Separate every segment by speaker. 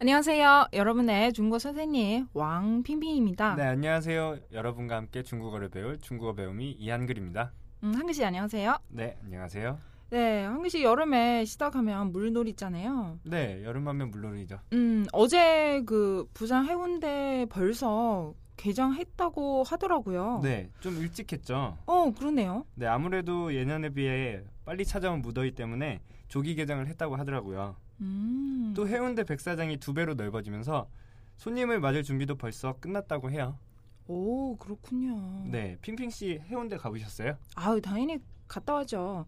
Speaker 1: 안녕하세요. 여러분의 중국어 선생님 왕핑핑입니다.
Speaker 2: 네 안녕하세요. 여러분과 함께 중국어를 배울 중국어 배움이 이한글입니다.
Speaker 1: 음, 한글씨 안녕하세요.
Speaker 2: 네 안녕하세요.
Speaker 1: 네, 한글씨 여름에 시작하면 물놀이 있잖아요.
Speaker 2: 네 여름하면 물론이죠.
Speaker 1: 음, 어제 그 부산 해운대 벌써 개장했다고 하더라고요.
Speaker 2: 어. 네좀 일찍 했죠.
Speaker 1: 어, 그러네요.
Speaker 2: 네 아무래도 예년에 비해 빨리 찾아온 무더위 때문에 조기 개장을 했다고 하더라고요.
Speaker 1: 음.
Speaker 2: 또 해운대 백사장이 두 배로 넓어지면서 손님을 맞을 준비도 벌써 끝났다고 해요.
Speaker 1: 오, 그렇군요.
Speaker 2: 네 핑핑 씨 해운대 가보셨어요?
Speaker 1: 아유, 당연히 갔다 와죠.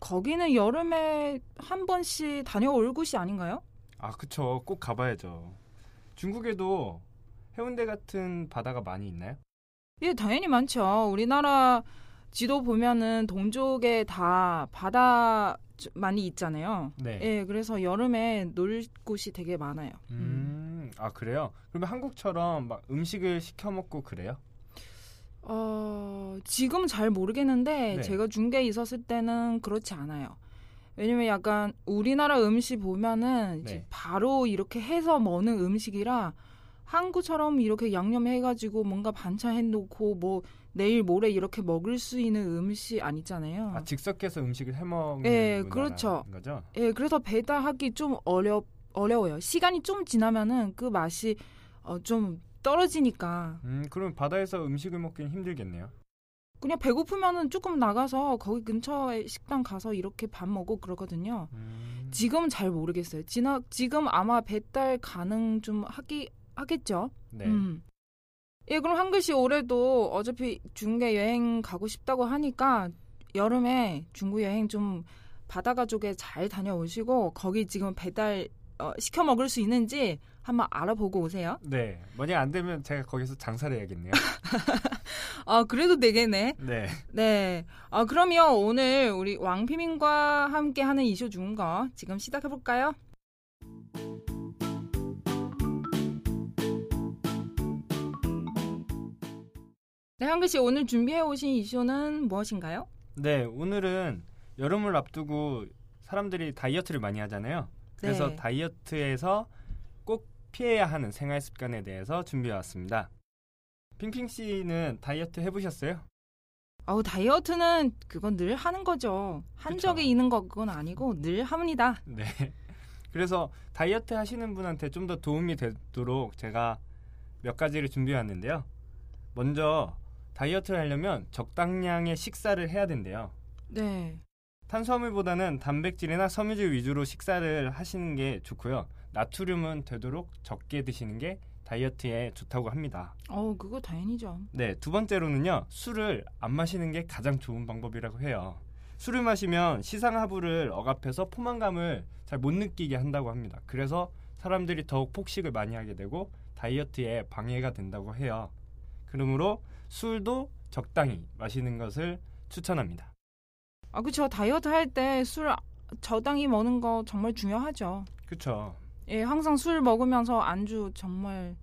Speaker 1: 거기는 여름에 한 번씩 다녀올 곳이 아닌가요?
Speaker 2: 아 그쵸 꼭 가봐야죠. 중국에도 해운대 같은 바다가 많이 있나요?
Speaker 1: 예, 당연히 많죠. 우리나라 지도 보면은 동쪽에 다 바다 좀 많이 있잖아요.
Speaker 2: 네.
Speaker 1: 예, 그래서 여름에 놀 곳이 되게 많아요.
Speaker 2: 음, 아 그래요? 그러면 한국처럼 막 음식을 시켜 먹고 그래요?
Speaker 1: 어, 지금 잘 모르겠는데
Speaker 2: 네.
Speaker 1: 제가 중계에 있었을 때는 그렇지 않아요. 왜냐면 약간 우리나라 음식 보면은 이제
Speaker 2: 네.
Speaker 1: 바로 이렇게 해서 먹는 음식이라 한국처럼 이렇게 양념해가지고 뭔가 반찬 해놓고 뭐 내일 모레 이렇게 먹을 수 있는 음식 아니잖아요.
Speaker 2: 아 직석해서 음식을 해 먹는
Speaker 1: 어. 예,
Speaker 2: 문화라는
Speaker 1: 그렇죠.
Speaker 2: 거죠?
Speaker 1: 예, 그래서 배달하기 좀 어렵 어려워요. 시간이 좀 지나면은 그 맛이 어, 좀 떨어지니까
Speaker 2: 음, 그럼 바다에서 음식을 먹기는 힘들겠네요.
Speaker 1: 그냥 배고프면은 조금 나가서 거기 근처에 식당 가서 이렇게 밥 먹고 그러거든요.
Speaker 2: 음,
Speaker 1: 지금 잘 모르겠어요. 지나 지금 아마 배달 가능 좀 하기 하겠죠.
Speaker 2: 네.
Speaker 1: 음. 예, 그럼 한글씨 올해도 어차피 중국 여행 가고 싶다고 하니까 여름에 중국 여행 좀 바다가 쪽에 잘 다녀오시고 거기 지금 배달 어, 시켜 먹을 수 있는지 한번 알아보고 오세요.
Speaker 2: 네. 만약 안 되면 제가 거기서 장사를 해야겠네요.
Speaker 1: 아, 그래도 되겠네.
Speaker 2: 네.
Speaker 1: 네. 아, 그럼요. 오늘 우리 왕피민과 함께 하는 이슈 중거 지금 시작해 볼까요? 네, 한글 씨 오늘 준비해 오신 이슈는 무엇인가요?
Speaker 2: 네, 오늘은 여름을 앞두고 사람들이 다이어트를 많이 하잖아요. 그래서
Speaker 1: 네.
Speaker 2: 다이어트에서 꼭 피해야 하는 생활 습관에 대해서 준비해 왔습니다. 핑핑 씨는 다이어트 해 보셨어요?
Speaker 1: 아우, 다이어트는 그건 늘 하는 거죠. 한
Speaker 2: 그쵸.
Speaker 1: 적이 있는 거 그건 아니고 늘 합니다.
Speaker 2: 네. 그래서 다이어트 하시는 분한테 좀 더 도움이 되도록 제가 몇 가지를 준비해왔는데요. 먼저 다이어트를 하려면 적당량의 식사를 해야 된대요.
Speaker 1: 네.
Speaker 2: 탄수화물보다는 단백질이나 섬유질 위주로 식사를 하시는 게 좋고요. 나트륨은 되도록 적게 드시는 게 다이어트에 좋다고 합니다.
Speaker 1: 어, 그거 다행이죠.
Speaker 2: 네, 두 번째로는요. 술을 안 마시는 게 가장 좋은 방법이라고 해요. 술을 마시면 시상하부를 억압해서 포만감을 잘 못 느끼게 한다고 합니다. 그래서 사람들이 더욱 폭식을 많이 하게 되고 다이어트에 방해가 된다고 해요. 그러므로 술도 적당히 마시는 것을 추천합니다.
Speaker 1: 아, 그쵸. 다이어트 할 때 술 아, 저당히 먹는 거 정말 중요하죠.
Speaker 2: 그쵸?
Speaker 1: 예, 항상 술 먹으면서 안주 정말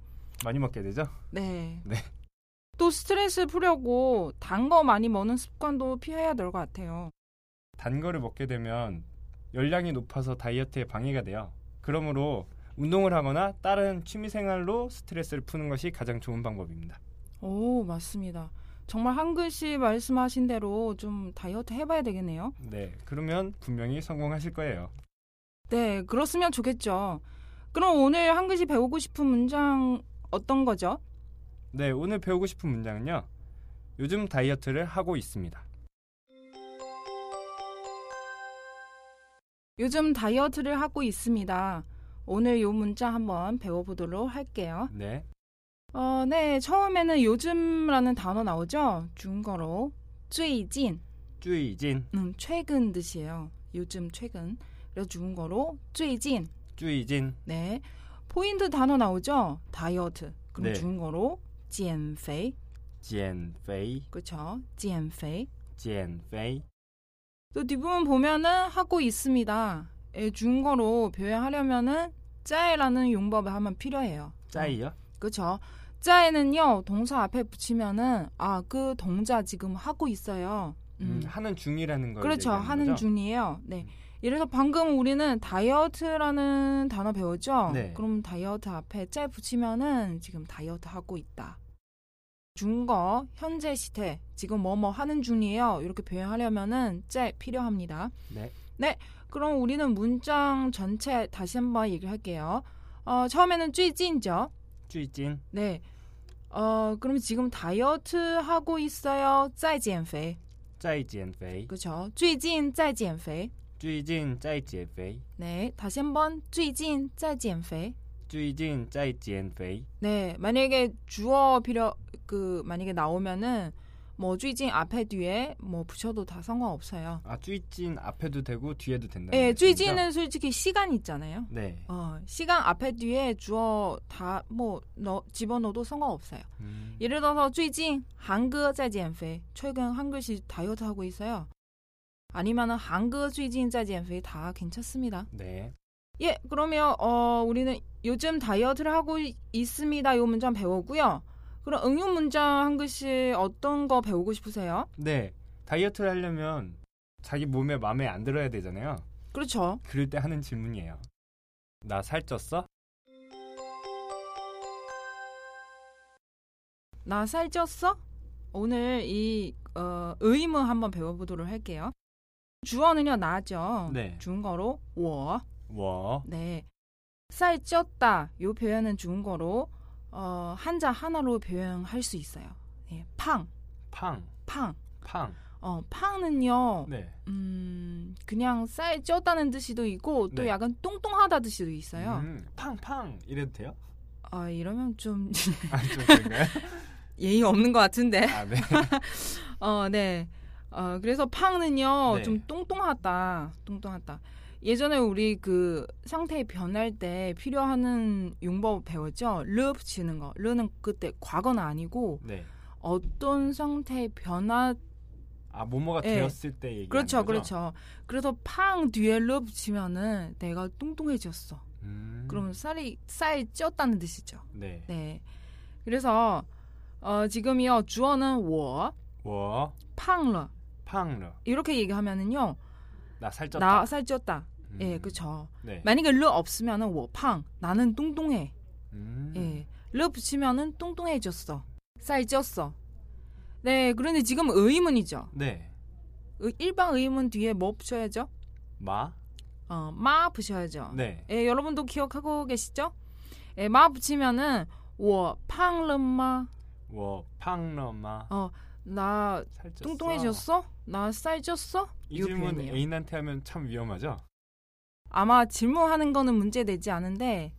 Speaker 2: 많이 먹게 되죠?
Speaker 1: 네.
Speaker 2: 네.
Speaker 1: 또 스트레스 풀려고 단 거 많이 먹는 습관도 피해야 될 것 같아요.
Speaker 2: 단 거를 먹게 되면 열량이 높아서 다이어트에 방해가 돼요. 그러므로 운동을 하거나 다른 취미 생활로 스트레스를 푸는 것이 가장 좋은 방법입니다.
Speaker 1: 오, 맞습니다. 정말 한글 씨 말씀하신 대로 좀 다이어트 해봐야 되겠네요.
Speaker 2: 네, 그러면 분명히 성공하실 거예요.
Speaker 1: 네, 그렇으면 좋겠죠. 그럼 오늘 한글 씨 배우고 싶은 문장 어떤 거죠?
Speaker 2: 네, 오늘 배우고 싶은 문장은요. 요즘 다이어트를 하고 있습니다.
Speaker 1: 요즘 다이어트를 하고 있습니다. 오늘 요 문자 한번 배워보도록 할게요.
Speaker 2: 네,
Speaker 1: 어, 네, 처음에는 요즘라는 단어 나오죠? 중국어로 最近,
Speaker 2: 쭈이진,
Speaker 1: 음, 최근 뜻이에요. 요즘 최근. 그래서 중국어로 最近.
Speaker 2: 쭈이진.
Speaker 1: 네. 포인트 단어 나오죠? 다이어트. 그럼
Speaker 2: 네.
Speaker 1: 중국어로 지엔페이
Speaker 2: 지엔페이,
Speaker 1: 그렇죠. 지엔페이.
Speaker 2: 지엔페이.
Speaker 1: 또 뒷부분 보면은 하고 있습니다. 예, 중국어로 표현하려면은 짜이라는 용법을 하면 필요해요.
Speaker 2: 짜이요?
Speaker 1: 그렇죠. 짜에는요 동사 앞에 붙이면은 아 그 동자 지금 하고 있어요.
Speaker 2: 음,
Speaker 1: 음.
Speaker 2: 하는 중이라는 걸
Speaker 1: 그렇죠.
Speaker 2: 얘기하는
Speaker 1: 하는
Speaker 2: 거죠?
Speaker 1: 중이에요. 네.
Speaker 2: 음.
Speaker 1: 예를 들어 방금 우리는 다이어트라는 단어 배웠죠.
Speaker 2: 네.
Speaker 1: 그럼 다이어트 앞에 짤 붙이면은 지금 다이어트 하고 있다. 준거 현재 시태 지금 뭐뭐 하는 중이에요. 이렇게 표현하려면은 짤 필요합니다.
Speaker 2: 네.
Speaker 1: 그럼 우리는 문장 전체 다시 한번 얘기를 할게요. 어, 처음에는 쥐진죠.
Speaker 2: 쭈이찐.
Speaker 1: 네. 어, 그럼 지금 다이어트 하고 있어요. 짤减肥.
Speaker 2: 짜이지엔페이.
Speaker 1: 그렇죠. 最近在减肥.
Speaker 2: 쭈이찐 짜이지엔페이.
Speaker 1: 네, 다시 한번 最近在减肥.
Speaker 2: 쭈이찐 짜이지엔페이.
Speaker 1: 네, 만약에 주어 필요 그 만약에 나오면은 뭐最近 앞에 뒤에 뭐 붙여도 다 상관없어요.
Speaker 2: 아, 쭈이찐 앞에도 되고 뒤에도 된다.
Speaker 1: 예, 最近은 솔직히 시간 있잖아요.
Speaker 2: 네.
Speaker 1: 어, 시간 앞에 뒤에 주어 다 뭐 넣 집어넣어도 상관없어요.
Speaker 2: 음,
Speaker 1: 예를 들어서 最近 한글 在减肥. 최근 한글씨 다이어트 하고 있어요. 아니면은 한글 最近在减肥 다 괜찮습니다.
Speaker 2: 네.
Speaker 1: 예, 그러면 어, 우리는 요즘 다이어트를 하고 이- 있습니다. 요 문장 배우고요. 그럼 응용 문장 한 글씨 어떤 거 배우고 싶으세요?
Speaker 2: 네. 다이어트를 하려면 자기 몸에 마음에 안 들어야 되잖아요.
Speaker 1: 그렇죠.
Speaker 2: 그럴 때 하는 질문이에요. 나 살쪘어?
Speaker 1: 나 살쪘어? 오늘 이 어, 의문 한번 배워보도록 할게요. 주어는요 나죠.
Speaker 2: 네.
Speaker 1: 중거로 워.
Speaker 2: 워.
Speaker 1: 네. 살쪘다. 요 표현은 중거로 어, 한자 하나로 표현할 수 있어요. 예, 팡,
Speaker 2: 팡.
Speaker 1: 팡.
Speaker 2: 팡.
Speaker 1: 어, 팡은요.
Speaker 2: 네.
Speaker 1: 음, 그냥 쌀 쪘다는 뜻이도 있고 또
Speaker 2: 네.
Speaker 1: 약간 뚱뚱하다 뜻이도 있어요.
Speaker 2: 음, 팡팡 이래도 돼요?
Speaker 1: 아 이러면 좀
Speaker 2: 아, 좀 그런가요?
Speaker 1: 예의 없는 것 같은데.
Speaker 2: 아, 네.
Speaker 1: 어, 네. 어, 그래서 팡은요
Speaker 2: 네.
Speaker 1: 좀 뚱뚱하다, 뚱뚱하다. 예전에 우리 그 상태 변할 때 필요하는 용법 배웠죠. 르 붙이는 거. 르는 그때 과거는 아니고
Speaker 2: 네.
Speaker 1: 어떤 상태 변화.
Speaker 2: 아, 뭐뭐가
Speaker 1: 예.
Speaker 2: 되었을 때 얘기.
Speaker 1: 그렇죠, 그렇죠. 그래서 팡 뒤에 르 붙이면은 내가 뚱뚱해졌어.
Speaker 2: 음.
Speaker 1: 그러면 쌀이 쌀 쪘다는 뜻이죠.
Speaker 2: 네.
Speaker 1: 네. 그래서 어, 지금요 주어는 워,
Speaker 2: 워.
Speaker 1: 팡러
Speaker 2: 팡러.
Speaker 1: 이렇게 얘기하면은요
Speaker 2: 나 살쪘다.
Speaker 1: 나 살 쪘다.
Speaker 2: 음.
Speaker 1: 예, 그렇죠.
Speaker 2: 네.
Speaker 1: 만약에 르 없으면은 워팡 나는 뚱뚱해.
Speaker 2: 음.
Speaker 1: 예, 르 붙이면은 뚱뚱해졌어. 살 쪘어. 네, 그런데 지금 의문이죠.
Speaker 2: 네.
Speaker 1: 의- 일반 의문 뒤에 뭐 붙여야죠?
Speaker 2: 마.
Speaker 1: 어, 마 붙여야죠.
Speaker 2: 네.
Speaker 1: 예, 여러분도 기억하고 계시죠? 예, 마 붙이면은 워팡르마
Speaker 2: 워. 팡러 마.
Speaker 1: 어, 나
Speaker 2: 살쪘어.
Speaker 1: 뚱뚱해졌어? 나 살쪘어?
Speaker 2: 이
Speaker 1: 요
Speaker 2: 질문
Speaker 1: 표현이에요.
Speaker 2: 애인한테 하면 참 위험하죠.
Speaker 1: 아마 질문하는 거는 문제되지 않은데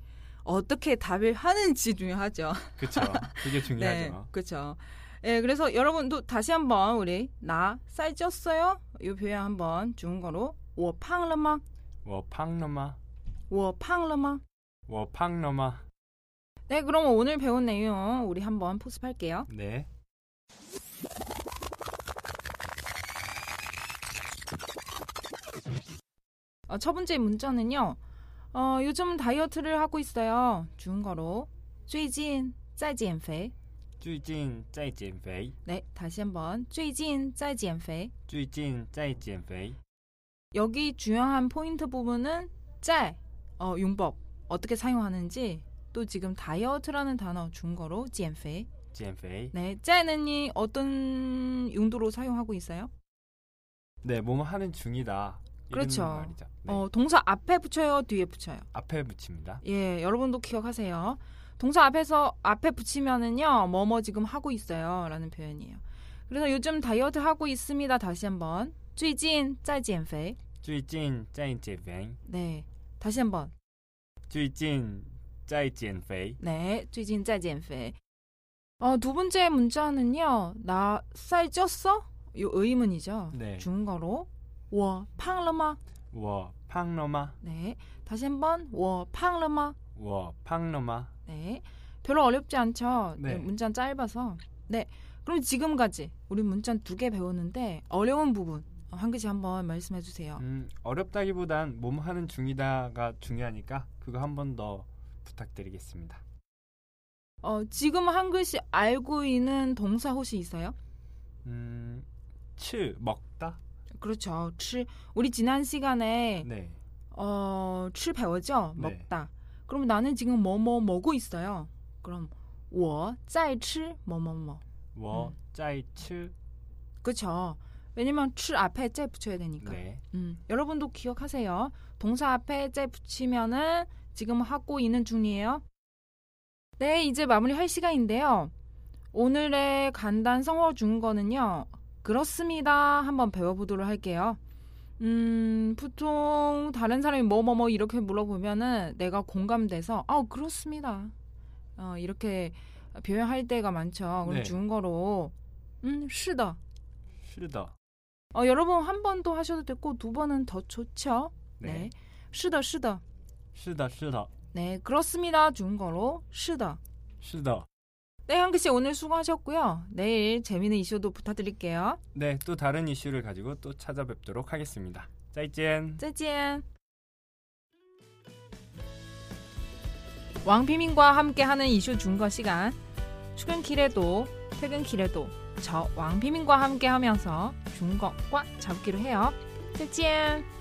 Speaker 1: 어떻게 답을 하는지 중요하죠.
Speaker 2: 그렇죠. 그게
Speaker 1: 네,
Speaker 2: 중요하죠.
Speaker 1: 그렇죠. 예, 그래서 여러분도 다시 한번 우리 나 살쪘어요? 이 표현 한번 중국어로 我胖了吗?
Speaker 2: 워. 팡러 마.
Speaker 1: 我胖了吗?
Speaker 2: 워. 팡러 마.
Speaker 1: 네, 그럼 오늘 배운 내용 우리 한번 포습할게요.
Speaker 2: 네.
Speaker 1: 어, 첫 번째 문자는요. 어, 요즘 다이어트를 하고 있어요. 중국어로 最近在减肥.
Speaker 2: 쭈이찐 짜이찐페이.
Speaker 1: 네, 다시 한번 最近在减肥.
Speaker 2: 쭈이찐 짜이찐페이.
Speaker 1: 여기 중요한 포인트 부분은 짤 어, 용법 어떻게 사용하는지 또 지금 다이어트라는 단어 중거로 减肥.
Speaker 2: 찐페이.
Speaker 1: 네, 짤은 이 어떤 용도로 사용하고 있어요?
Speaker 2: 네, 뭐뭐 하는 중이다. 이런
Speaker 1: 그렇죠.
Speaker 2: 말이죠. 네.
Speaker 1: 어, 동사 앞에 붙여요, 뒤에 붙여요.
Speaker 2: 앞에 붙입니다.
Speaker 1: 예, 여러분도 기억하세요. 동사 앞에서 앞에 붙이면은요, 뭐뭐 지금 하고 있어요라는 표현이에요. 그래서 요즘 다이어트 하고 있습니다. 다시 한번 最近在减肥.
Speaker 2: 最近在减肥，
Speaker 1: 네, 다시 한번
Speaker 2: 最近在减肥，
Speaker 1: 네, 最近在减肥. 어, 두 번째 문자는요. 나 살 쪘어? 요 의문이죠.
Speaker 2: 네.
Speaker 1: 중국어로 我胖了吗?
Speaker 2: 我胖了吗？
Speaker 1: 네. 다시 한번 我胖了吗?
Speaker 2: 我胖了吗？
Speaker 1: 네. 별로 어렵지 않죠.
Speaker 2: 네.
Speaker 1: 네, 문자는 짧아서. 네. 그럼 지금까지 우리 문자는 두 개 배웠는데 어려운 부분 한글 씨 한번 말씀해 주세요.
Speaker 2: 음, 어렵다기보단 몸 하는 중이다가 중요하니까 그거 한 번 더 부탁드리겠습니다.
Speaker 1: 어, 지금 한글 씨 알고 있는 동사 혹시 있어요?
Speaker 2: 음, 치 먹다.
Speaker 1: 그렇죠. 칠 우리 지난 시간에
Speaker 2: 네.
Speaker 1: 어, 칠 배웠죠?
Speaker 2: 네.
Speaker 1: 먹다. 그럼 나는 지금 뭐 뭐 먹고 있어요. 그럼 我在吃뭐뭐뭐.
Speaker 2: 워
Speaker 1: 음.
Speaker 2: 짜이 치.
Speaker 1: 그렇죠. 왜냐면 '칠' 앞에 '째' 붙여야 되니까.
Speaker 2: 네.
Speaker 1: 음, 여러분도 기억하세요. 동사 앞에 '째' 붙이면은 지금 하고 있는 중이에요. 네, 이제 마무리할 시간인데요. 오늘의 간단 성어 중거는요. 그렇습니다. 한번 배워보도록 할게요. 음, 보통 다른 사람이 뭐뭐뭐 이렇게 물어보면은 내가 공감돼서 아, 그렇습니다. 어, 이렇게 표현할 때가 많죠. 그럼
Speaker 2: 네.
Speaker 1: 중거로 음, 是的.
Speaker 2: 싫다.
Speaker 1: 어, 여러분 한 번 더 하셔도 됐고 두 번은 더 좋죠.
Speaker 2: 네.
Speaker 1: 네. 시더 시더.
Speaker 2: 싫다 싫다.
Speaker 1: 네, 그렇습니다. 중거로 시더.
Speaker 2: 싫다.
Speaker 1: 네, 한글 씨 오늘 수고하셨고요. 내일 재미있는 이슈도 부탁드릴게요.
Speaker 2: 네, 또 다른 이슈를 가지고 또 찾아뵙도록 하겠습니다. 짜이젠.
Speaker 1: 再见. 왕비민과 함께하는 이슈 중거 시간. 출근길에도 퇴근길에도 저 왕비민과 함께하면서 중거과 잡기로 해요. 再见.